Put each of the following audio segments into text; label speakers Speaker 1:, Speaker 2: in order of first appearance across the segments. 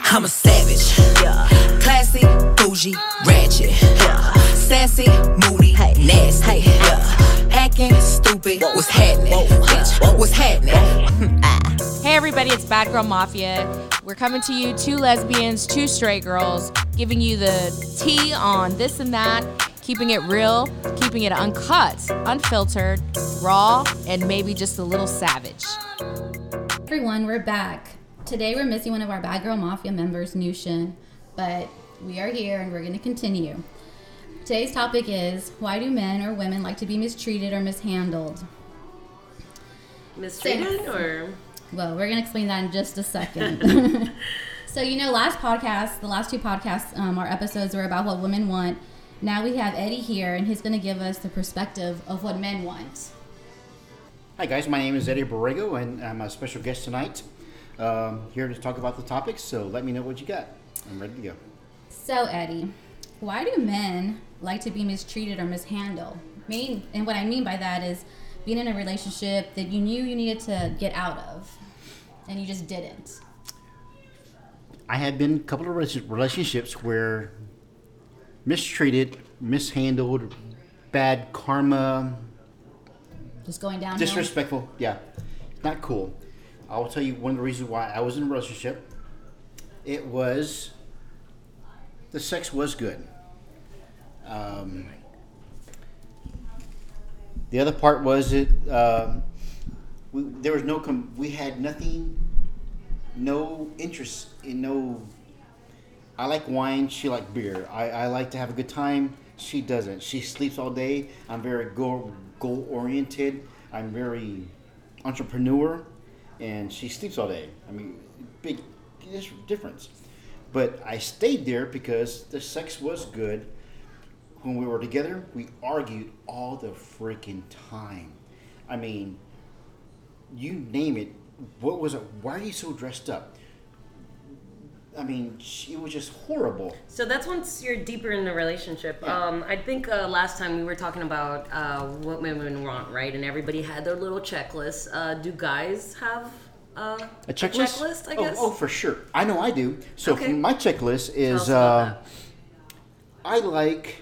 Speaker 1: I'm a savage.
Speaker 2: Yeah. Mm.
Speaker 1: Classy, bougie, ratchet. Sassy, moody,
Speaker 2: Hey.
Speaker 1: nasty.
Speaker 2: Hey.
Speaker 1: Yeah. Hacking, stupid. What's happening? Bitch, what's happening?
Speaker 3: Hey, everybody, it's Bad Girl Mafia. We're coming to you, two lesbians, two straight girls, giving you the tea on this and that, keeping it real, keeping it uncut, unfiltered, raw, and maybe just a little savage.
Speaker 4: Everyone, we're back. Today we're missing one of our Bad Girl Mafia members, Nushin, but we are here and we're going to continue. Today's topic is why do men or women like to be mistreated or mishandled?
Speaker 5: Mistreated or
Speaker 4: Well, we're going to explain that in just a second. so, you know, last podcast, the last two podcasts, um, our episodes were about what women want. Now we have Eddie here and he's going to give us the perspective of what men want.
Speaker 6: Hi, guys. My name is Eddie Borrego, and I'm a special guest tonight. Um, here to talk about the topic, so let me know what you got. I'm ready to go.
Speaker 4: So, Eddie, why do men like to be mistreated or mishandled? Mean, and what I mean by that is being in a relationship that you knew you needed to get out of, and you just didn't.
Speaker 6: I have been in a couple of rela- relationships where mistreated, mishandled, bad karma,
Speaker 4: Just going down.
Speaker 6: disrespectful. Yeah, not cool. I will tell you one of the reasons why I was in a relationship. It was the sex was good. Um, the other part was it. Um, we, there was no. Com- we had nothing. No interest in no. I like wine. She like beer. I, I like to have a good time. She doesn't. She sleeps all day. I'm very goal goal oriented. I'm very entrepreneur, and she sleeps all day. I mean, big dis- difference. But I stayed there because the sex was good. When we were together, we argued all the freaking time. I mean, you name it. What was it? Why are you so dressed up? I mean, she- it was just horrible.
Speaker 5: so that's once you're deeper in the relationship.
Speaker 6: Yeah.
Speaker 5: Um, I think uh, last time we were talking about uh, what women want, right? And everybody had their little checklist. Uh, do guys have uh,
Speaker 6: A checklist?
Speaker 5: I
Speaker 6: Oh,
Speaker 5: guess.
Speaker 6: Oh, for sure. I know I do. So
Speaker 5: Okay.
Speaker 6: my checklist
Speaker 5: Tell us
Speaker 6: is
Speaker 5: about
Speaker 6: uh, I like,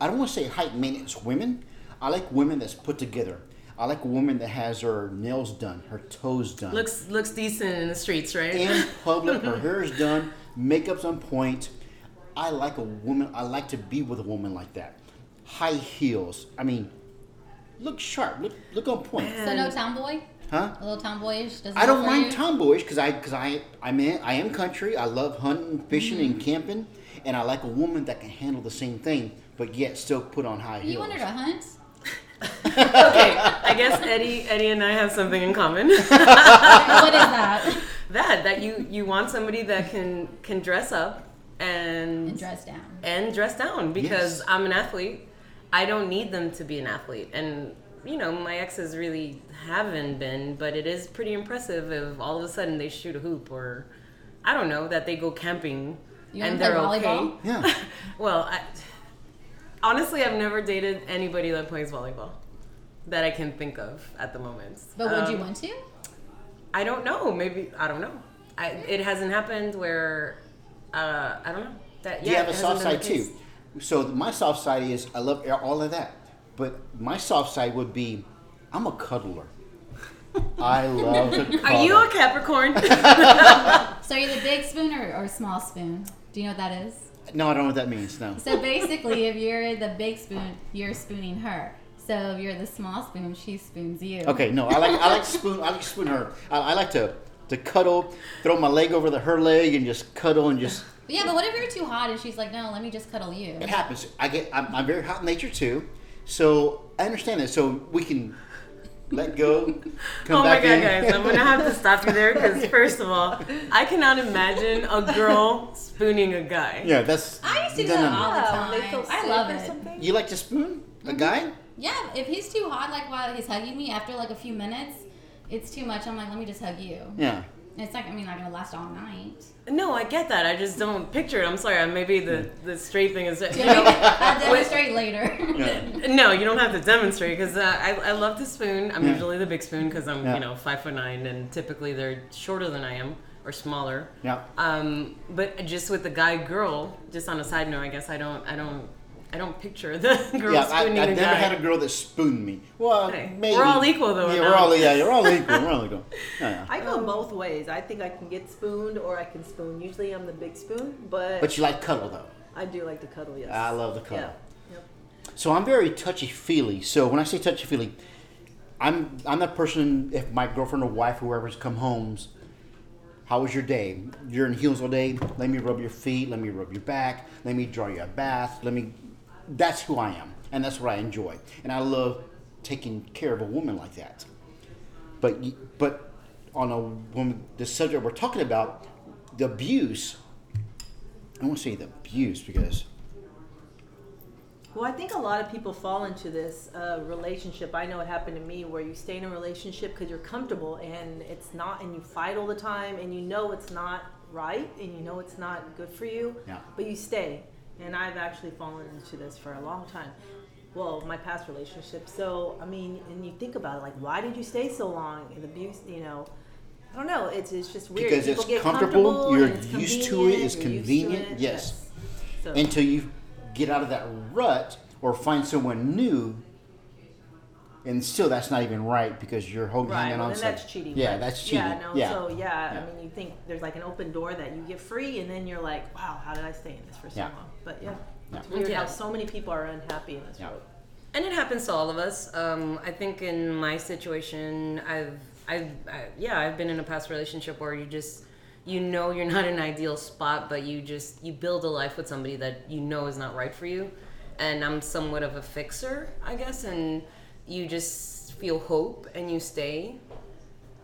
Speaker 6: I don't want to say high maintenance women. I like women that's put together. I like a woman that has her nails done, her toes done.
Speaker 5: looks looks decent in the streets, right?
Speaker 6: in public, her hair is done, makeup's on point. I like a woman, I like to be with a woman like that. High heels. I mean, look sharp, look, look on point.
Speaker 4: So no tomboy,
Speaker 6: Huh?
Speaker 4: a little tomboyish. Doesn't
Speaker 6: I don't
Speaker 4: work for
Speaker 6: mind
Speaker 4: you?
Speaker 6: tomboyish because I because I I'm in, I am country. I love hunting, fishing, and camping, and I like a woman that can handle the same thing, but yet still put on high heels.
Speaker 4: You wanted to hunt?
Speaker 5: okay, I guess Eddie Eddie and I have something in common.
Speaker 4: what is that?
Speaker 5: that that you you want somebody that can can dress up
Speaker 4: And
Speaker 5: and
Speaker 4: dress down.
Speaker 5: and dress down because
Speaker 6: Yes.
Speaker 5: I'm an athlete. I don't need them to be an athlete. And, you know, my exes really haven't been, but it is pretty impressive if all of a sudden they shoot a hoop or, I don't know, that they go camping
Speaker 4: You wanna
Speaker 5: and
Speaker 4: play
Speaker 5: they're okay.
Speaker 4: volleyball?
Speaker 6: yeah,
Speaker 5: Well, I, honestly, I've never dated anybody that plays volleyball that I can think of at the moment.
Speaker 4: But would you
Speaker 5: Um,
Speaker 4: want to?
Speaker 5: I don't know. Maybe I don't know. I, it hasn't happened where uh, I don't know. That
Speaker 6: you
Speaker 5: yeah,
Speaker 6: have
Speaker 5: it
Speaker 6: a
Speaker 5: hasn't
Speaker 6: soft
Speaker 5: been the
Speaker 6: side too.
Speaker 5: case.
Speaker 6: So my soft side is I love all of that, but my soft side would be I'm a cuddler. I love to cuddle.
Speaker 5: Are you a Capricorn?
Speaker 4: So are you the big spoon or, or small spoon? Do you know what that is?
Speaker 6: No, I don't know what that means. No.
Speaker 4: So basically, if you're the big spoon, you're spooning her. So if you're the small spoon, she spoons you.
Speaker 6: Okay, no, I like I like spoon I like spoon her. I, I like to to cuddle, throw my leg over the her leg and just cuddle and just
Speaker 4: But yeah, but what if you're too hot and she's like, no, let me just cuddle you?
Speaker 6: it happens. I get I'm, I'm very hot in nature too, so I understand that. So we can let go, come
Speaker 5: oh my
Speaker 6: back
Speaker 5: god,
Speaker 6: in.
Speaker 5: guys! I'm gonna have to stop you there because first of all, I cannot imagine a girl spooning a guy.
Speaker 6: yeah, that's.
Speaker 4: I used to do
Speaker 6: no, no,
Speaker 4: that
Speaker 6: no.
Speaker 4: all the
Speaker 5: Oh,
Speaker 4: time.
Speaker 5: they feel
Speaker 4: I
Speaker 5: sick
Speaker 4: love
Speaker 5: or
Speaker 4: it.
Speaker 5: something?
Speaker 6: You like to spoon
Speaker 4: Mm-hmm.
Speaker 6: a guy?
Speaker 4: Yeah, if he's too hot, like while he's hugging me, after like a few minutes, it's too much. I'm like, let me just hug you.
Speaker 6: Yeah.
Speaker 4: And it's like, I mean, not gonna last all night.
Speaker 5: No, I get that. I just don't picture it. I'm sorry. I- Maybe the the straight thing is you know,
Speaker 4: I'll demonstrate later.
Speaker 5: no. You don't have to demonstrate because uh, I I love to spoon. I'm
Speaker 6: Yeah.
Speaker 5: usually the big spoon because I'm
Speaker 6: Yeah.
Speaker 5: you know five foot nine and typically they're shorter than I am. or smaller.
Speaker 6: Yeah.
Speaker 5: Um, but just with the guy girl, just on a side note, I guess I don't I don't I don't picture the girl
Speaker 6: yeah, I, I've
Speaker 5: spooning the
Speaker 6: never
Speaker 5: guy.
Speaker 6: had a girl that spooned me. Well,
Speaker 5: Okay.
Speaker 6: maybe.
Speaker 5: We're all equal, though,
Speaker 6: Yeah,
Speaker 5: now.
Speaker 6: we're all yeah, you're all equal. We're all equal. Yeah, yeah.
Speaker 2: I go both ways. I think I can get spooned or I can spoon. Usually I'm the big spoon, but,
Speaker 6: But you like cuddle though.
Speaker 2: I do like to cuddle, yes.
Speaker 6: I love the cuddle.
Speaker 2: Yeah. Yep.
Speaker 6: So I'm very touchy feely. So when I say touchy feely, I'm I'm that person. If my girlfriend or wife, whoever's come homes, how was your day? You're in heels all day. Let me rub your feet. Let me rub your back. Let me draw you a bath. Let me. That's who I am, and that's what I enjoy, and I love taking care of a woman like that. But y- but on a woman, the subject we're talking about, the abuse. I won't say the abuse because
Speaker 2: Well, I think a lot of people fall into this uh, relationship. I know it happened to me where you stay in a relationship because you're comfortable and it's not, and you fight all the time and you know it's not right and you know it's not good for you,
Speaker 6: Yeah.
Speaker 2: but you stay. And I've actually fallen into this for a long time. Well, my past relationship. So, I mean, and you think about it like, why did you stay so long? And abuse, you know. I don't know. It's, it's just weird.
Speaker 6: Because it's
Speaker 2: People get
Speaker 6: comfortable, you're
Speaker 2: and it's
Speaker 6: used to it, it's
Speaker 2: convenient, you're used to
Speaker 6: convenient,
Speaker 2: it,
Speaker 6: yes.
Speaker 2: yes. So,
Speaker 6: until you get out of that rut or find someone new. And still, that's not even right because you're holding
Speaker 2: Right,
Speaker 6: hanging
Speaker 2: well,
Speaker 6: on.
Speaker 2: then
Speaker 6: some-
Speaker 2: that's cheating.
Speaker 6: Yeah,
Speaker 2: but-
Speaker 6: that's cheating.
Speaker 2: Yeah, no, so yeah,
Speaker 6: Yeah.
Speaker 2: I mean, you think there's like an open door that you get free, and then you're like, wow, how did I stay in this for so
Speaker 6: Yeah.
Speaker 2: long? But yeah,
Speaker 6: Yeah.
Speaker 2: it's weird
Speaker 5: Yeah.
Speaker 2: how so many people are unhappy in this
Speaker 6: Yeah.
Speaker 2: world.
Speaker 5: and it happens to all of us um, i think in my situation i've i've I, yeah i've been in a past relationship where you just you know you're not in an ideal spot but you just you build a life with somebody that you know is not right for you and i'm somewhat of a fixer i guess and you just feel hope and you stay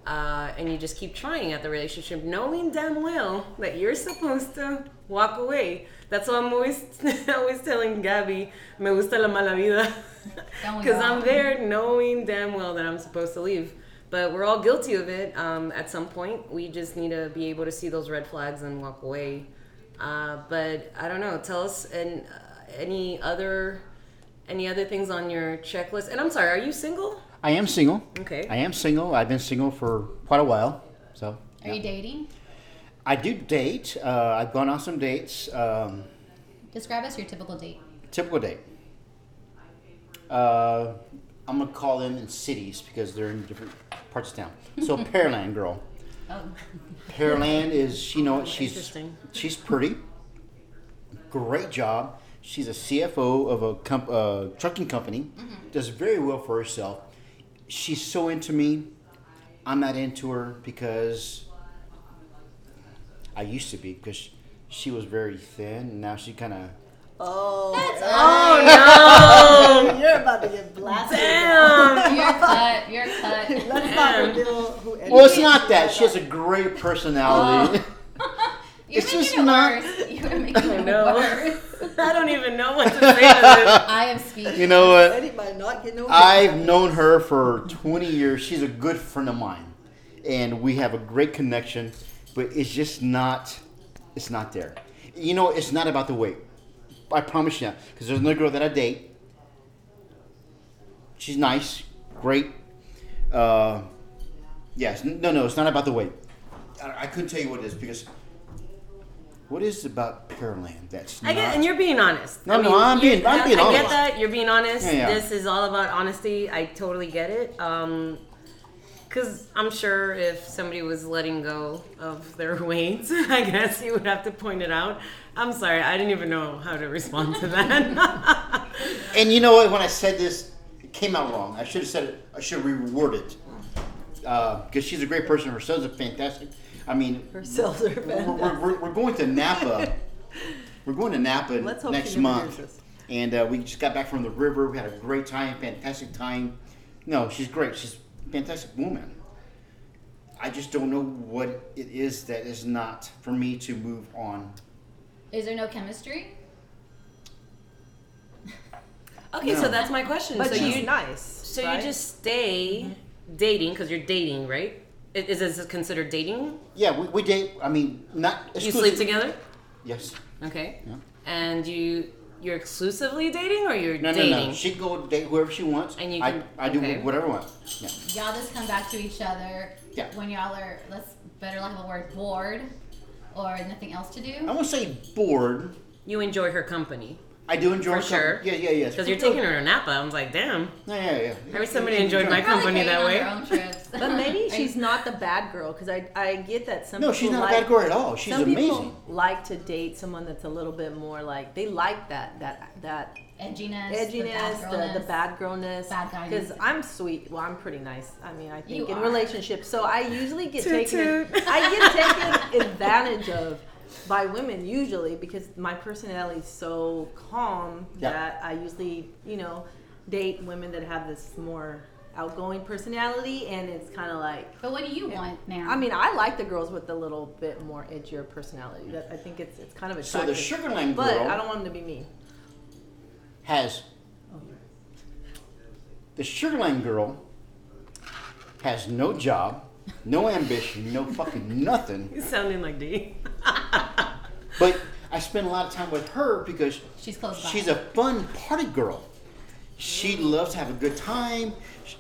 Speaker 5: uh, and you just keep trying at the relationship, knowing damn well that you're supposed to walk away. That's why I'm always always telling Gabby, me gusta la mala vida,
Speaker 4: Don't we
Speaker 5: because
Speaker 4: all?
Speaker 5: I'm there knowing damn well that I'm supposed to leave. But we're all guilty of it um, at some point. We just need to be able to see those red flags and walk away. Uh, but I don't know. Tell us and uh, any other any other things on your checklist. And I'm sorry, are you single?
Speaker 6: I am single.
Speaker 5: Okay.
Speaker 6: I am single. I've been single for quite a while. So.
Speaker 4: Are you dating?
Speaker 6: I do date. Uh, I've gone on some dates. Um,
Speaker 4: Describe us your typical date.
Speaker 6: typical date. Uh, I'm gonna call them in cities because they're in different parts of town. So Pearland girl.
Speaker 4: Oh,
Speaker 6: Pearland is you know she's
Speaker 5: Interesting.
Speaker 6: she's pretty. Great job. She's a CFO of a comp- uh, trucking company. Does very well for herself. She's so into me. I'm not into her because I used to be because she was very thin. And now she kind of
Speaker 2: Oh, you're about to get blasted.
Speaker 4: you're cut. You're cut.
Speaker 2: Let's not reveal who. Eddie
Speaker 6: Well, it's
Speaker 2: is.
Speaker 6: not that. She has a great personality.
Speaker 4: You're
Speaker 6: It's
Speaker 4: making
Speaker 6: just
Speaker 4: it
Speaker 6: not-
Speaker 4: worse. You're making it
Speaker 5: know.
Speaker 4: worse.
Speaker 5: I don't even know what to say to this.
Speaker 4: I am speaking.
Speaker 6: you know what?
Speaker 2: Eddie might not get no.
Speaker 6: I've known her for 20 years. She's a good friend of mine, and we have a great connection. But it's just not, it's not there. You know, it's not about the weight. I promise you, because there's another girl that I date. She's nice, great. Uh, yes, n- no, no, it's not about the weight. I, I couldn't tell you what it is because what is it about Pearland that's
Speaker 5: I
Speaker 6: not-
Speaker 5: get, and you're being honest.
Speaker 6: No, no, I'm
Speaker 5: you-
Speaker 6: being- I'm being
Speaker 5: I
Speaker 6: honest.
Speaker 5: get that you're being honest.
Speaker 6: Yeah, yeah.
Speaker 5: This is all about honesty. I totally get it. Um, because I'm sure if somebody was letting go of their weight, I guess you would have to point it out. I'm sorry, I didn't even know how to respond to that.
Speaker 6: And you know what? When I said this, it came out wrong. I should have said it. I should have reworded it because she's a great person. Her son's a fantastic. I mean,
Speaker 2: Herself or
Speaker 6: we're,
Speaker 2: Ben.
Speaker 6: we're, we're, we're going to Napa. we're going to Napa
Speaker 2: Let's hope
Speaker 6: next
Speaker 2: she never hears
Speaker 6: month,
Speaker 2: this.
Speaker 6: and uh, we just got back from the river. We had a great time, fantastic time. No, she's great. She's a fantastic woman. I just don't know what it is that is not for me to move on.
Speaker 4: Is there no chemistry?
Speaker 5: okay, so
Speaker 6: No.
Speaker 5: that's my question.
Speaker 2: But
Speaker 5: so
Speaker 2: she's
Speaker 5: you,
Speaker 2: nice.
Speaker 5: so
Speaker 2: right?
Speaker 5: you just stay dating because you're dating, right? I- Is this considered dating?
Speaker 6: Yeah, we, we date. I mean, not
Speaker 5: You sleep together?
Speaker 6: Yes.
Speaker 5: Okay.
Speaker 6: Yeah.
Speaker 5: And you you're exclusively dating or you're
Speaker 6: No,
Speaker 5: dating?
Speaker 6: no, no. She can go date whoever she wants.
Speaker 5: And you
Speaker 6: I,
Speaker 5: can-
Speaker 6: I do
Speaker 5: okay.
Speaker 6: whatever I want. Yeah.
Speaker 4: Y'all just come back to each other
Speaker 6: Yeah.
Speaker 4: when y'all are. Let's better have a word bored or nothing else to
Speaker 6: I
Speaker 4: do.
Speaker 6: won't say bored.
Speaker 5: You enjoy her company
Speaker 6: I do enjoy
Speaker 5: For
Speaker 6: some-
Speaker 5: sure.
Speaker 6: Yeah, yeah, yeah.
Speaker 5: because you're taking her to Napa. I was like, damn.
Speaker 6: Yeah, yeah, yeah.
Speaker 5: I wish somebody enjoyed my
Speaker 4: Probably
Speaker 5: company
Speaker 4: going
Speaker 5: that
Speaker 4: on
Speaker 5: way.
Speaker 4: their own trips.
Speaker 2: But maybe she's not the bad girl because I, I get that some
Speaker 6: No,
Speaker 2: people
Speaker 6: she's not a
Speaker 2: like,
Speaker 6: bad girl at all. She's
Speaker 2: some
Speaker 6: amazing.
Speaker 2: people like to date someone that's a little bit more like they like that that that
Speaker 4: edginess,
Speaker 2: edginess,
Speaker 4: the
Speaker 2: the, the
Speaker 4: bad.
Speaker 2: bad girlness,
Speaker 4: Bad guy.
Speaker 2: Because I'm sweet. Well, I'm pretty nice. I mean, I think
Speaker 4: You
Speaker 2: in
Speaker 4: are.
Speaker 2: relationships, so I usually get
Speaker 5: Toot
Speaker 2: taken.
Speaker 5: toot.
Speaker 2: I get taken advantage of by women usually because my personality is so calm
Speaker 6: Yeah.
Speaker 2: that I usually, you know, date women that have this more outgoing personality, and it's kind of like.
Speaker 4: But what do you want now?
Speaker 2: I mean, I like the girls with a little bit more edgier personality. That I think it's it's kind of
Speaker 6: So the
Speaker 2: attractive.
Speaker 6: Sugarland
Speaker 2: but I
Speaker 6: girl
Speaker 2: don't want them to be me.
Speaker 6: has. The Sugarland girl has no job, no ambition, no fucking nothing.
Speaker 5: You sounding like D.
Speaker 6: But I spend a lot of time with her because
Speaker 4: She's close by.
Speaker 6: she's a fun party girl. She loves to have a good time. Sh-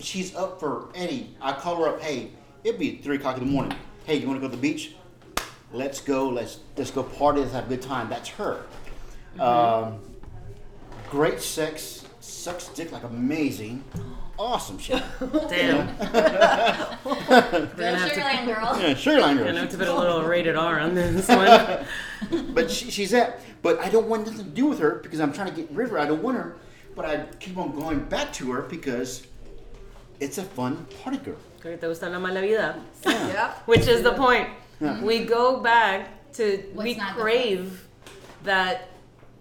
Speaker 6: She's up for any. I call her up. Hey, it'd be three o'clock in the morning. Hey, you want to go to the beach? Let's go. Let's let's go party. Let's have a good time. That's her.
Speaker 4: Mm-hmm.
Speaker 6: Um, great sex. Sucks dick like amazing. Awesome shit.
Speaker 5: Damn.
Speaker 4: Go Sugarland girl.
Speaker 6: Yeah, sure, line
Speaker 5: I
Speaker 6: girl.
Speaker 5: know it's a bit a little rated R on this one.
Speaker 6: But she, she's that. But I don't want nothing to do with her because I'm trying to get rid of her. I don't want her. But I keep on going back to her because it's a fun party girl.
Speaker 5: Que te gusta la mala vida.
Speaker 2: Yep.
Speaker 5: Which is the point. We go back to we
Speaker 4: What's not good.
Speaker 5: crave that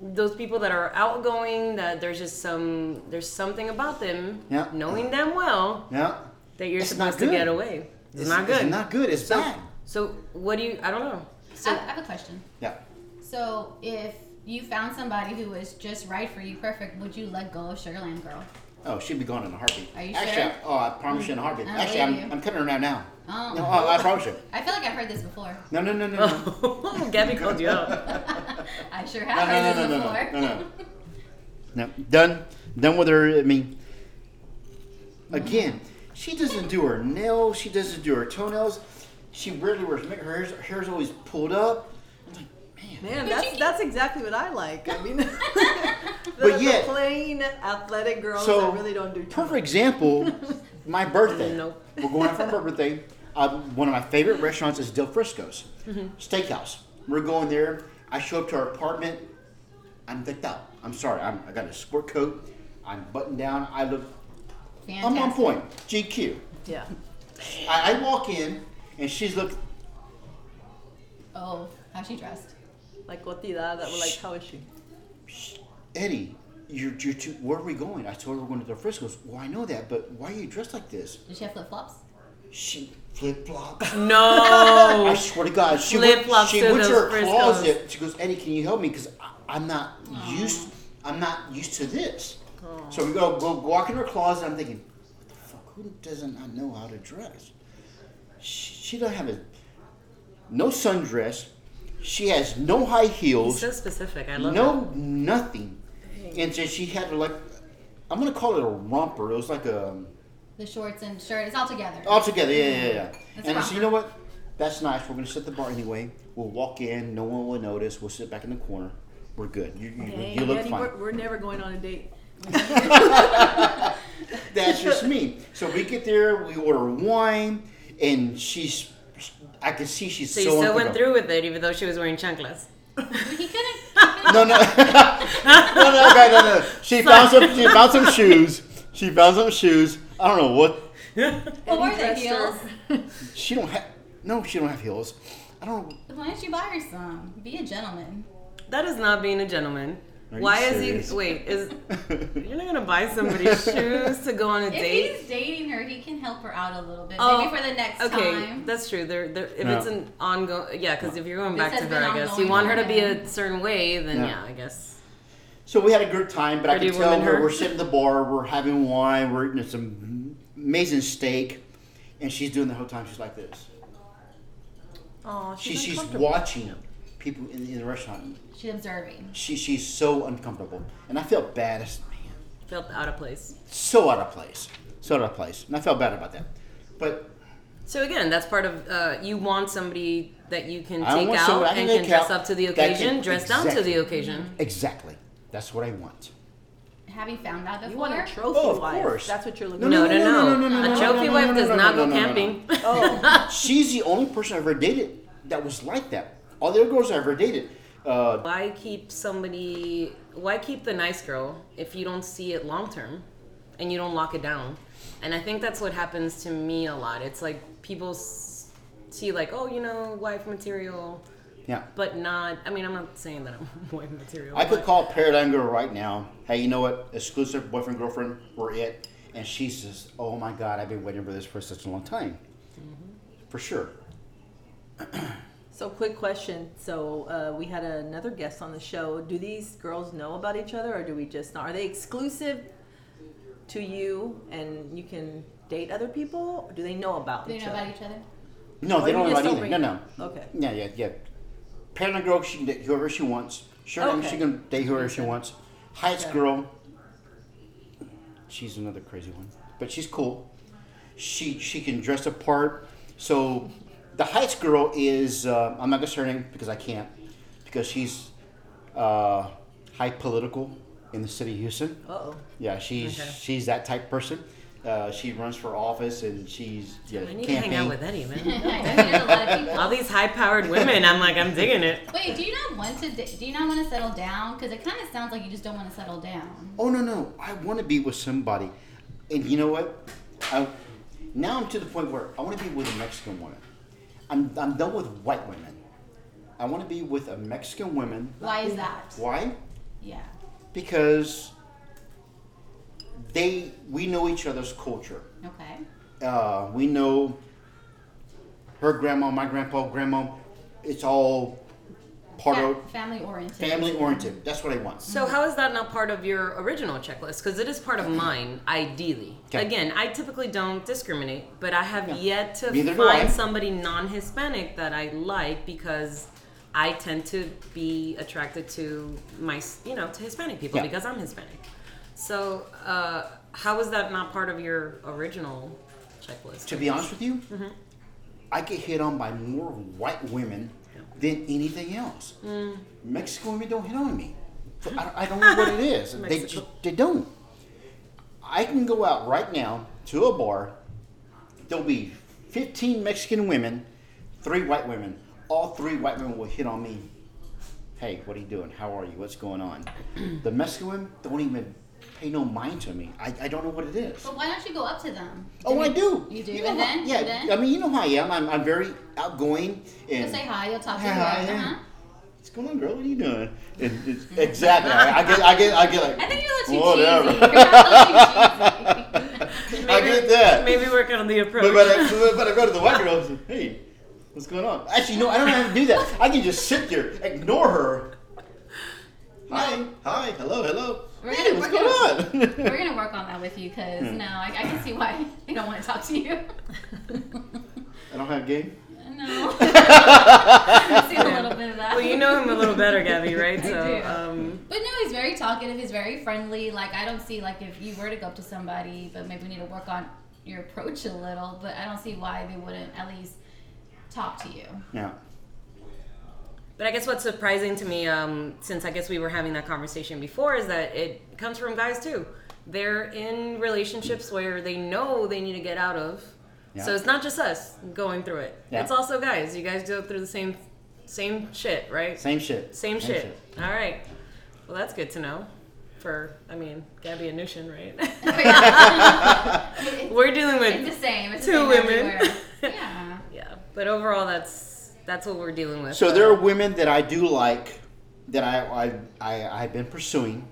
Speaker 5: those people that are outgoing that there's just some there's something about them
Speaker 6: Yeah.
Speaker 5: knowing them well
Speaker 6: Yeah.
Speaker 5: that you're
Speaker 6: It's not
Speaker 5: supposed to get
Speaker 6: good.
Speaker 5: away. It's, not good.
Speaker 6: It's not good. It's bad.
Speaker 5: so what do you I don't know.
Speaker 4: I, I have a question.
Speaker 6: Yeah.
Speaker 4: So if you found somebody who was just right for you, perfect, would you let go of Sugarland girl?
Speaker 6: Oh, she'd be gone in a heartbeat.
Speaker 4: Are you
Speaker 6: Actually,
Speaker 4: sure?
Speaker 6: I- oh, I promise you in a heartbeat.
Speaker 4: I
Speaker 6: Actually,
Speaker 4: believe
Speaker 6: I'm,
Speaker 4: you.
Speaker 6: I'm cutting her out now.
Speaker 4: Oh.
Speaker 6: No, oh, I promise you.
Speaker 4: I feel like I've heard this before.
Speaker 6: No, no, no, no, no.
Speaker 5: Gabby called you out.
Speaker 4: I sure
Speaker 6: No,
Speaker 4: have
Speaker 6: no,
Speaker 4: heard
Speaker 6: no,
Speaker 4: this
Speaker 6: no, no,
Speaker 4: before.
Speaker 6: no, no, no. No, done, done with her. I mean, again, she doesn't do her nails. She doesn't do her toenails. She rarely wears makeup. Her hair's, her hair's always pulled up.
Speaker 2: Man,
Speaker 4: But you
Speaker 2: that's
Speaker 4: can-
Speaker 2: that's exactly what I like. I mean, the,
Speaker 6: But yet-
Speaker 2: the plain athletic girls
Speaker 6: so,
Speaker 2: that really don't do too
Speaker 6: perfect example. My birthday.
Speaker 5: Nope.
Speaker 6: We're going out for my birthday. Um, one of my favorite restaurants is Del Frisco's
Speaker 2: Mm-hmm.
Speaker 6: Steakhouse. We're going there. I show up to her apartment. I'm decked out. I'm sorry. I'm, I got a sport coat. I'm buttoned down. I look. I'm on
Speaker 4: Fantastic.
Speaker 6: point. GQ.
Speaker 2: much. Yeah,
Speaker 6: I, I walk in and she's look.
Speaker 4: Oh, how she dressed.
Speaker 2: like Cotida, that were like, how is she?
Speaker 6: Eddie, you're, you're too, where are we going? I told her we're going to Del Frisco's. Well, I know that, but why are you dressed like this?
Speaker 4: Did she have flip flops?
Speaker 6: She flip flops.
Speaker 5: No.
Speaker 6: I swear to God, she went,
Speaker 5: Flip-flops
Speaker 6: she
Speaker 5: to
Speaker 6: went to her
Speaker 5: those Friscos.
Speaker 6: closet. She goes, Eddie, can you help me? Because I'm not used. I'm not used to this. So we go, go walk in her closet. I'm thinking, what the fuck? Who doesn't not know how to dress? She, she don't have a no sundress. She has no high heels.
Speaker 5: so specific. I love
Speaker 6: No, nothing. And so she had like, I'm gonna call it a romper. It was like a
Speaker 4: The shorts and shirt, it's all together.
Speaker 6: all together. Yeah, yeah, yeah.
Speaker 4: That's
Speaker 6: and I said,
Speaker 4: proper.
Speaker 6: you know what? That's nice. We're gonna set the bar anyway. We'll walk in. No one will notice. We'll sit back in the corner. We're good. You, you,
Speaker 2: Dang,
Speaker 6: you look
Speaker 2: Eddie,
Speaker 6: fine.
Speaker 2: We're, we're never going on a date.
Speaker 6: That's just me. So we get there. We order wine, and she's. I can see she's
Speaker 5: So
Speaker 6: so.
Speaker 5: you still went
Speaker 6: uncomfortable.
Speaker 5: through with it even though she was wearing chanclas.
Speaker 4: He couldn't.
Speaker 6: No, no. no, no, okay, no, no. She found some. She found some shoes. She found some shoes. I don't know what
Speaker 4: What were the
Speaker 2: dressed her.
Speaker 4: heels?
Speaker 6: She don't have. No, she don't have heels. I don't. know.
Speaker 4: Why don't you buy her some? Be a gentleman.
Speaker 5: That is not being a gentleman.
Speaker 6: Are you
Speaker 5: Why is
Speaker 6: serious?
Speaker 5: he wait, is you're not gonna buy somebody's shoes to go on a
Speaker 4: If
Speaker 5: date?
Speaker 4: he's dating her, he can help her out a little bit.
Speaker 5: Oh,
Speaker 4: Maybe for the next
Speaker 5: Okay,
Speaker 4: time.
Speaker 5: that's true. There, there, if
Speaker 6: Yeah.
Speaker 5: it's an ongoing, yeah, because if you're going
Speaker 4: This
Speaker 5: back
Speaker 4: has
Speaker 5: to her,
Speaker 4: been
Speaker 5: I guess
Speaker 4: ongoing
Speaker 5: you want her to
Speaker 4: for
Speaker 5: be
Speaker 4: him.
Speaker 5: a certain way. Then
Speaker 6: Yeah.
Speaker 5: yeah, I guess.
Speaker 6: So we had a good time, but I
Speaker 5: Pretty
Speaker 6: could tell
Speaker 5: woman,
Speaker 6: her
Speaker 5: her.
Speaker 6: we're sitting at the bar, we're having wine, we're eating some amazing steak, and she's doing the whole time. She's like this.
Speaker 2: Oh,
Speaker 6: She,
Speaker 2: she's,
Speaker 6: she's
Speaker 2: uncomfortable.
Speaker 6: watching people in, in the restaurant.
Speaker 4: She's observing.
Speaker 6: She, she's so uncomfortable, and I felt bad. I said, Man,
Speaker 5: Felt out of place.
Speaker 6: so out of place, so out of place, and I felt bad about that. But
Speaker 5: So again, that's part of uh, you want somebody that you can
Speaker 6: I
Speaker 5: take
Speaker 6: want
Speaker 5: out
Speaker 6: somebody I
Speaker 5: and
Speaker 6: can
Speaker 5: can
Speaker 6: take
Speaker 5: dress
Speaker 6: out
Speaker 5: up to the
Speaker 6: that can-
Speaker 5: occasion, dress down to
Speaker 6: exactly.
Speaker 5: the occasion.
Speaker 6: Exactly. That's what I want.
Speaker 4: Have you found that
Speaker 2: You
Speaker 4: before?
Speaker 2: want a trophy
Speaker 6: Oh, of
Speaker 2: wife.
Speaker 6: course.
Speaker 2: That's what you're
Speaker 6: No,
Speaker 2: looking
Speaker 5: No,
Speaker 2: for.
Speaker 5: no,
Speaker 6: no,
Speaker 5: no.
Speaker 6: no, no, no,
Speaker 5: A
Speaker 6: no,
Speaker 5: trophy
Speaker 6: no, no,
Speaker 5: wife
Speaker 6: no,
Speaker 5: does
Speaker 6: no,
Speaker 5: not
Speaker 6: no,
Speaker 5: go
Speaker 6: no, no, no.
Speaker 5: camping.
Speaker 6: She's the only person I've ever dated that was like that. All the other girls I ever dated. Uh,
Speaker 5: Why keep somebody? Why keep the nice girl if you don't see it long term, and you don't lock it down? And I think that's what happens to me a lot. It's like people s- see like, oh, you know, wife material,
Speaker 6: yeah.
Speaker 5: but not. I mean, I'm not saying that I'm wife material.
Speaker 6: I could
Speaker 5: but-
Speaker 6: call Paradigm Girl right now. Hey, you know what? Exclusive boyfriend girlfriend, we're it. And she says, "Oh my God, I've been waiting for this for such a long time."
Speaker 2: Mm-hmm.
Speaker 6: For sure.
Speaker 2: So, quick question. So, uh, we had another guest on the show. Do these girls know about each other, or do we just not? Are they exclusive to you, and you can date other people? Or do they know about
Speaker 4: Do you
Speaker 2: each
Speaker 4: know
Speaker 2: other?
Speaker 4: about each other?
Speaker 6: No,
Speaker 2: Or
Speaker 6: they
Speaker 2: Oh, you
Speaker 6: don't know
Speaker 2: just
Speaker 6: about
Speaker 2: don't
Speaker 6: either.
Speaker 2: bring
Speaker 6: No,
Speaker 2: it
Speaker 6: no.
Speaker 2: Okay.
Speaker 6: Yeah, yeah, yeah. Paradigm Girl, she can date whoever she wants. Sure,
Speaker 2: Okay.
Speaker 6: she can date whoever she wants. Heights
Speaker 2: Okay.
Speaker 6: Girl, she's another crazy one, but she's cool. She she can dress a part. So the Heights Girl is uh, I'm not gonna say her name because I can't because she's uh, high political in the city of Houston.
Speaker 2: Uh oh.
Speaker 6: Yeah, she's
Speaker 5: Okay.
Speaker 6: she's that type person. Uh, she runs for office and she's yeah,
Speaker 5: I need
Speaker 6: campaign.
Speaker 5: to hang out with Eddie, man.
Speaker 4: I know a lot of people.
Speaker 5: All these high-powered women, I'm like, I'm digging it.
Speaker 4: Wait, do you not want to? Do you not want to settle down? Because it kind of sounds like you just don't want to settle down.
Speaker 6: oh no no i want to be with somebody and you know what I, now i'm to the point where i want to be with a mexican woman i'm, I'm done with white women i want to be with a mexican woman
Speaker 4: Why is that?
Speaker 6: why
Speaker 4: Yeah.
Speaker 6: because they we know each other's culture
Speaker 4: Okay.
Speaker 6: uh, we know her grandma my grandpa grandma it's all part
Speaker 4: Fa-
Speaker 6: of
Speaker 4: family oriented.
Speaker 6: family oriented that's what i want
Speaker 5: So how is that not part of your original checklist? Because it is part of mine, ideally.
Speaker 6: Okay.
Speaker 5: Again, I typically don't discriminate, but I have
Speaker 6: Yeah.
Speaker 5: yet to
Speaker 6: Neither do I.
Speaker 5: find somebody non-Hispanic that I like because I tend to be attracted to my, s- you know, to Hispanic people
Speaker 6: Yeah.
Speaker 5: because I'm Hispanic. So uh, how is that not part of your original checklist?
Speaker 6: to be honest with you, I get hit on by more white women than anything else. Mexican women don't hit on me. So I, I don't know what it is. they
Speaker 5: Mexico.
Speaker 6: just they don't. I can go out right now to a bar. There'll be 15 Mexican women, three white women. All three white women will hit on me. Hey, what are you doing? How are you? What's going on? the Mexican women don't even pay no mind to me. I, I don't know what it is.
Speaker 4: But why don't you go up to them?
Speaker 6: Oh, I do.
Speaker 4: You do, and
Speaker 6: know how-
Speaker 4: then-
Speaker 6: yeah.
Speaker 4: and then?
Speaker 6: I mean, you know how I am. I'm, I'm very outgoing. And
Speaker 4: You'll say hi. You'll talk to
Speaker 6: Hi,
Speaker 4: them.
Speaker 6: hi, hi.
Speaker 4: Uh-huh.
Speaker 6: What's going on, girl? What are you doing? And it's, exactly. I, I get. I get. I get like.
Speaker 4: I think you're a little too
Speaker 6: whatever.
Speaker 4: cheesy. You're a little too cheesy.
Speaker 6: I get that.
Speaker 5: Maybe work on the approach.
Speaker 6: But, but, I, but, but I go to the white girl and say, hey, what's going on? Actually, no, I don't have to do that. I can just sit there, ignore her. Hi, hi, hello, hello.
Speaker 4: We're
Speaker 6: hey,
Speaker 4: gonna-
Speaker 6: what's
Speaker 4: we're
Speaker 6: going on?
Speaker 4: We're gonna work on that with you, cause no, I, I can see why they don't want to talk to you.
Speaker 6: I don't have game.
Speaker 4: no, I've seen a little bit of that.
Speaker 5: well, you know him a little better, Gabby, right?
Speaker 4: I
Speaker 5: So,
Speaker 4: do.
Speaker 5: um,
Speaker 4: But no, he's very talkative. He's very friendly. Like I don't see like if you were to go up to somebody, but maybe we need to work on your approach a little. But I don't see why they wouldn't at least talk to you.
Speaker 6: Now,
Speaker 5: But I guess what's surprising to me, um, since I guess we were having that conversation before, is that it comes from guys too. They're in relationships where they know they need to get out of. So
Speaker 6: Yeah.
Speaker 5: it's not just us going through it.
Speaker 6: Yeah.
Speaker 5: It's also guys. You guys go through the same same shit, right?
Speaker 6: same shit.
Speaker 5: Same, shit. All right. Well, that's good to know. For I mean, Gabby and Nushin, right? we're dealing
Speaker 4: it's
Speaker 5: with
Speaker 4: the same. It's
Speaker 5: Two
Speaker 4: the same
Speaker 5: women.
Speaker 4: everywhere. Yeah.
Speaker 5: yeah. But overall, that's that's what we're dealing with.
Speaker 6: So there are women that I do like that I, I, I, I've been pursuing.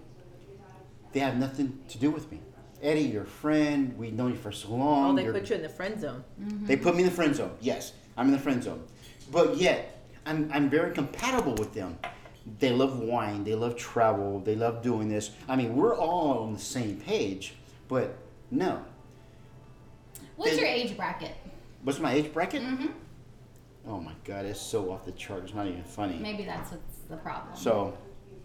Speaker 6: They have nothing to do with me. Eddie, your friend, we've known you for so long.
Speaker 2: Oh, they
Speaker 6: you're-
Speaker 2: put you in the friend zone.
Speaker 6: They put me in the friend zone. Yes, I'm in the friend zone. But yet, I'm, I'm very compatible with them. They love wine, they love travel, they love doing this. I mean, we're all on the same page, but no.
Speaker 4: What's
Speaker 6: They-
Speaker 4: your age bracket?
Speaker 6: What's my age bracket?
Speaker 2: Mm-hmm.
Speaker 6: Oh my god, it's so off the chart. It's not even funny.
Speaker 4: Maybe that's what's the problem.
Speaker 6: So,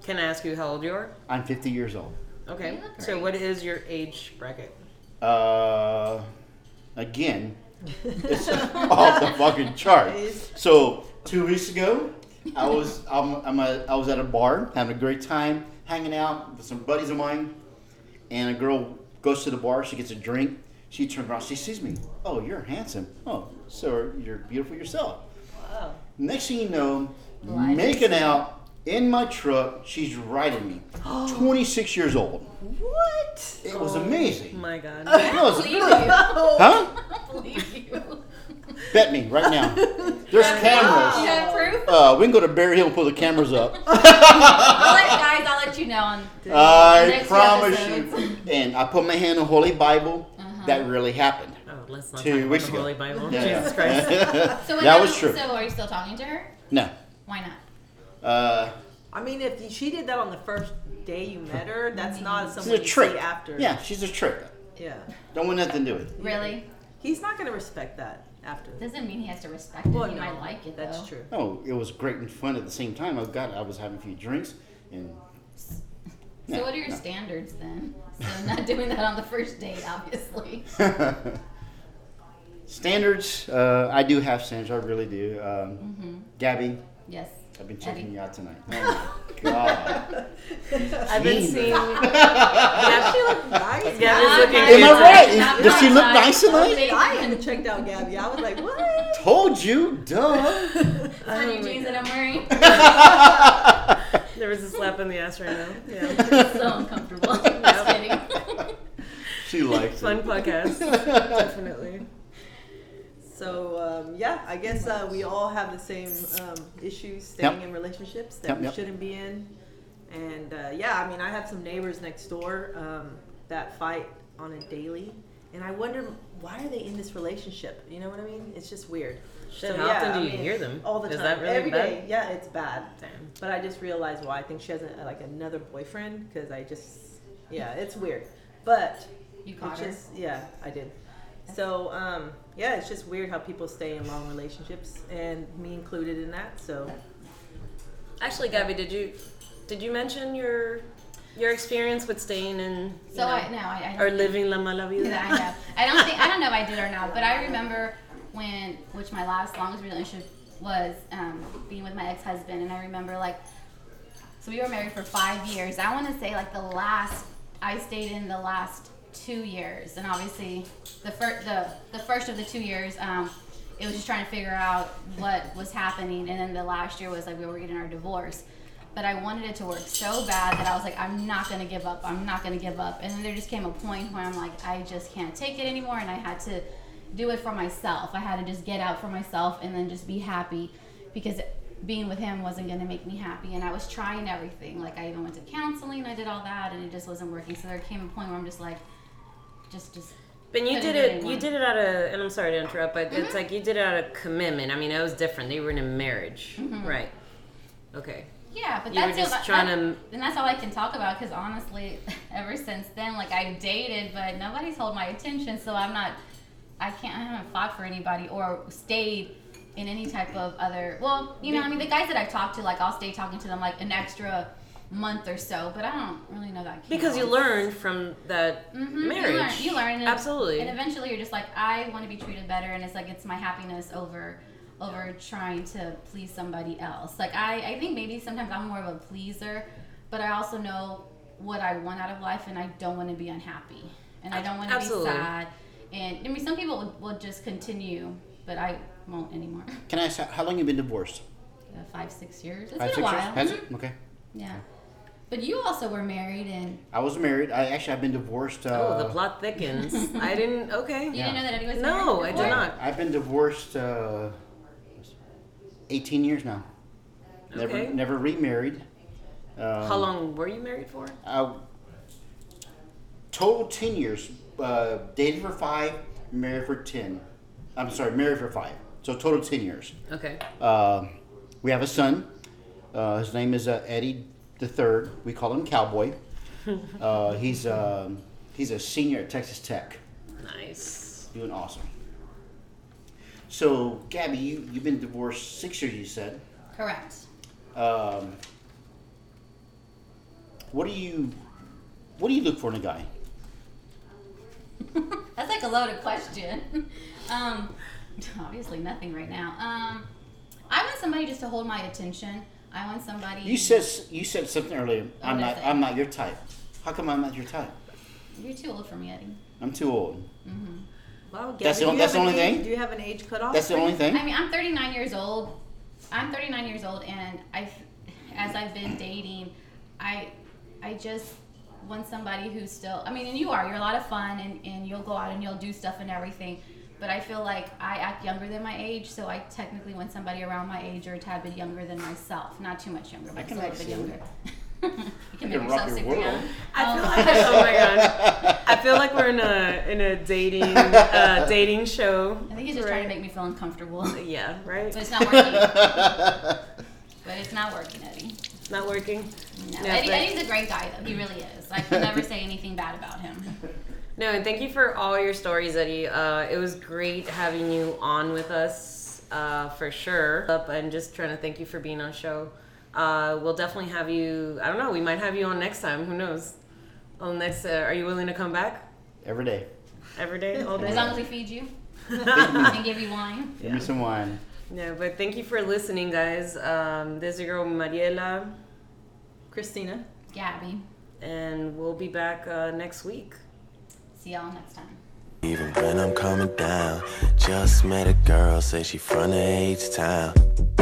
Speaker 5: Can I ask you how old you are?
Speaker 6: I'm 50 years old.
Speaker 5: Okay.
Speaker 4: You look
Speaker 5: So
Speaker 4: great.
Speaker 5: what is your age bracket?
Speaker 6: Uh, again, It's off the fucking chart.
Speaker 2: Nice.
Speaker 6: So two weeks ago, I was I'm, I'm a, I was at a bar having a great time, hanging out with some buddies of mine, and a girl goes to the bar. She gets a drink. She turns around. She sees me. Oh, you're handsome. Oh, so you're beautiful yourself.
Speaker 2: Wow.
Speaker 6: Next thing you know,
Speaker 4: Life.
Speaker 6: making out in my truck. She's riding me. 26 years old.
Speaker 2: What?
Speaker 6: It was amazing.
Speaker 5: My God.
Speaker 6: It was-
Speaker 4: Believe you.
Speaker 6: huh?
Speaker 4: Believe you.
Speaker 6: Bet me right now. There's
Speaker 4: You
Speaker 6: cameras.
Speaker 4: have proof?
Speaker 6: Uh, we can go to Bear Hill and pull the cameras up.
Speaker 4: I'll let, guys, I'll let you know on.
Speaker 6: I
Speaker 4: Next
Speaker 6: promise
Speaker 4: episode.
Speaker 6: you. And I put my hand on Holy Bible. That really happened.
Speaker 5: Oh, let's not
Speaker 6: Two
Speaker 5: talk about
Speaker 6: weeks
Speaker 5: the
Speaker 6: ago.
Speaker 5: Holy Bible.
Speaker 6: Yeah.
Speaker 5: Jesus Christ.
Speaker 4: So what
Speaker 6: That
Speaker 4: happened-
Speaker 6: was true.
Speaker 4: So are you still talking to her?
Speaker 6: No.
Speaker 4: Why not?
Speaker 6: Uh,
Speaker 2: I mean, if she did that on the first day you met her, that's not
Speaker 6: she's
Speaker 2: something
Speaker 6: a
Speaker 2: you
Speaker 6: trick.
Speaker 2: see after.
Speaker 6: Yeah, she's a trick.
Speaker 2: Yeah.
Speaker 6: Don't want nothing to do with it.
Speaker 4: Really?
Speaker 2: He's not going to respect that after.
Speaker 4: Doesn't mean he has to respect it.
Speaker 2: Well,
Speaker 4: he
Speaker 2: no,
Speaker 4: might like it
Speaker 2: That's
Speaker 4: though.
Speaker 2: true.
Speaker 6: Oh, it was great and fun at the same time. I've got I was having a few drinks and
Speaker 4: So what are your
Speaker 6: No.
Speaker 4: standards then? So not doing that on the first date, obviously.
Speaker 6: standards. Uh, I do have standards. I really do. Um, Gabby,
Speaker 4: Yes.
Speaker 6: I've been checking
Speaker 4: Eddie.
Speaker 6: you out tonight. Oh my god.
Speaker 5: I've been
Speaker 6: Jesus.
Speaker 5: seeing.
Speaker 2: Yeah, she looked nice.
Speaker 5: Gabby's looking
Speaker 4: Am
Speaker 5: good.
Speaker 6: Am I right?
Speaker 4: Ah, Not
Speaker 6: Does she
Speaker 4: my
Speaker 6: look
Speaker 4: type.
Speaker 6: nice tonight?
Speaker 4: Okay.
Speaker 2: I even checked out Gabby. I was like, what?
Speaker 6: Told you, duh.
Speaker 4: Are you jeans that I'm wearing?
Speaker 5: There was a slap in the ass right now. Yeah.
Speaker 4: so uncomfortable. Just kidding.
Speaker 6: she likes
Speaker 5: Fun
Speaker 6: it.
Speaker 5: podcast. Definitely.
Speaker 2: So um, yeah, I guess uh, we all have the same um, issues staying in relationships that
Speaker 6: Yep,
Speaker 2: we
Speaker 6: yep.
Speaker 2: shouldn't be in. And uh, yeah, I mean, I have some neighbors next door um, that fight on a daily, and I wonder why are they in this relationship? You know what I mean? It's just weird.
Speaker 5: Shit, how often do you hear them?
Speaker 2: All the
Speaker 5: Is
Speaker 2: time.
Speaker 5: that really
Speaker 2: Every
Speaker 5: bad?
Speaker 2: day. Yeah, it's bad.
Speaker 5: Damn.
Speaker 2: But I just realized why. I think she has a, like another boyfriend because I just, yeah, it's weird. But
Speaker 4: You
Speaker 2: it's
Speaker 4: caught her.
Speaker 2: just yeah, I did. So um, yeah, it's just weird how people stay in long relationships, and me included in that. So
Speaker 5: Actually, Gabby, did you did you mention your your experience with staying in you
Speaker 4: So
Speaker 5: know,
Speaker 4: I no, I, I
Speaker 5: or living la mala vida?
Speaker 4: Yeah, I know. I don't think I don't know if I did or not, but I remember when, which my last longest relationship was um, being with my ex-husband, and I remember like, so we were married for five years. I want to say like the last I stayed in the last two years, and obviously the first the the first of the two years. Um, it was just trying to figure out what was happening, and then the last year was like we were getting our divorce. But I wanted it to work so bad that I was like, I'm not gonna give up. I'm not gonna give up. And then there just came a point where I'm like, I just can't take it anymore, and I had to do it for myself. I had to just get out for myself and then just be happy because being with him wasn't gonna make me happy. And I was trying everything. Like I even went to counseling, I did all that, and it just wasn't working. So there came a point where I'm just like, just, just.
Speaker 5: But you
Speaker 4: Couldn't
Speaker 5: did
Speaker 4: do
Speaker 5: it.
Speaker 4: anymore. Mm-hmm.
Speaker 5: You did it out of, and I'm sorry to interrupt, but it's like you did it out of commitment. I mean, it was different. They were in a marriage,
Speaker 4: Mm-hmm.
Speaker 5: right? Okay.
Speaker 4: Yeah, but
Speaker 5: You were
Speaker 4: that's
Speaker 5: just
Speaker 4: all-
Speaker 5: trying
Speaker 4: that-
Speaker 5: to-
Speaker 4: and that's all I can talk about because honestly, ever since then, like I've dated, but nobody's held my attention, so I'm not. I can't. I haven't fought for anybody or stayed in any type of other. Well, you know, I mean, the guys that I've talked to, like I'll stay talking to them like an extra month or so, but I don't really know that.
Speaker 5: Because you
Speaker 4: counts.
Speaker 5: learn from that
Speaker 4: Mhm, You learn.
Speaker 5: marriage.
Speaker 4: You learn and
Speaker 5: Absolutely.
Speaker 4: And eventually, you're just like, I want to be treated better, and it's like it's my happiness over over trying to please somebody else. Like I, I think maybe sometimes I'm more of a pleaser, but I also know what I want out of life, and I don't want to be unhappy, and I don't want to be
Speaker 5: Absolutely.
Speaker 4: sad. And I mean, some people will, will just continue, but I won't anymore.
Speaker 6: Can I ask how, how long you been divorced?
Speaker 4: Uh, Five, six years. It's
Speaker 6: Five,
Speaker 4: been a
Speaker 6: six years?
Speaker 4: while.
Speaker 6: Has
Speaker 4: Mhm.
Speaker 6: it? Okay.
Speaker 4: Yeah. But you also were married, and
Speaker 6: I was married. I actually I've been divorced. Uh,
Speaker 5: oh, the plot thickens. I didn't. Okay.
Speaker 4: you didn't know that Eddie was married.
Speaker 5: No, I did
Speaker 4: before?
Speaker 5: not.
Speaker 6: I've been divorced uh, 18 years now. Never,
Speaker 5: Okay.
Speaker 6: never remarried. Um,
Speaker 5: How long were you married for?
Speaker 6: I, total 10 years. Uh, dated for five, married for 10. I'm sorry, married for five. So total 10 years.
Speaker 5: Okay.
Speaker 6: Uh, we have a son. Uh, his name is uh, Eddie the Third. We call him Cowboy. Uh, he's um, he's a senior at Texas Tech.
Speaker 5: Nice.
Speaker 6: Doing awesome. So, Gabby, you, you've been divorced six years, you said.
Speaker 4: Correct.
Speaker 6: Um, what do you what do you look for in a guy?
Speaker 4: That's like a loaded question. Um, obviously nothing right now. Um, I want somebody just to hold my attention. I want somebody.
Speaker 6: You said s- you said something earlier. I'm
Speaker 4: did I
Speaker 6: not
Speaker 4: say?
Speaker 6: I'm not your type. How come I'm not your type?
Speaker 4: You're too old for me, Eddie.
Speaker 6: I'm too old.
Speaker 2: Wow, Gabby,
Speaker 6: That's the
Speaker 2: do
Speaker 6: on-
Speaker 2: you
Speaker 6: that's
Speaker 2: have
Speaker 6: the
Speaker 2: an
Speaker 6: only
Speaker 2: age-
Speaker 6: thing?
Speaker 2: Do you have an age cutoff?
Speaker 6: That's the only
Speaker 4: I
Speaker 6: thing.
Speaker 4: mean, I'm 39 years old. I'm 39 years old, and I, as I've been dating, I, I just want somebody who's still. I mean, and you are. You're a lot of fun, and and you'll go out and you'll do stuff and everything. But I feel like I act younger than my age, so I technically want somebody around my age or a tad bit younger than myself. Not too much younger, but
Speaker 6: can
Speaker 4: just a little bit
Speaker 6: actually-
Speaker 4: younger. you can make
Speaker 6: can
Speaker 4: yourself
Speaker 6: rock your
Speaker 4: super
Speaker 6: world.
Speaker 4: young.
Speaker 5: I
Speaker 4: Um,
Speaker 5: feel like oh my god, I feel like we're in a in a dating uh, dating show.
Speaker 4: I think he's just trying to make me feel uncomfortable, but
Speaker 5: Yeah, right.
Speaker 4: it's not working. but it's not working, Eddie.
Speaker 5: It's not working.
Speaker 4: No,
Speaker 5: Yeah,
Speaker 4: Eddie,
Speaker 5: but-
Speaker 4: Eddie's a great guy, though. He really is. I can never say anything bad about him.
Speaker 5: No, and thank you for all your stories, Eddie. Uh, it was great having you on with us uh, for sure. Up and just trying to thank you for being on show. Uh, we'll definitely have you. I don't know. We might have you on next time. Who knows? On next, uh, are you willing to come back
Speaker 6: Every day.
Speaker 5: every day, all
Speaker 4: As
Speaker 5: day?
Speaker 4: long as we feed you and give you wine.
Speaker 6: Give me some wine.
Speaker 5: No, but thank you for listening, guys. Um, this is your girl Mariela,
Speaker 2: Christina.
Speaker 4: Gabby,
Speaker 5: and we'll be back uh, next week.
Speaker 4: see y'all next time.
Speaker 7: Even when I'm coming down, just met a girl, say she from the H town.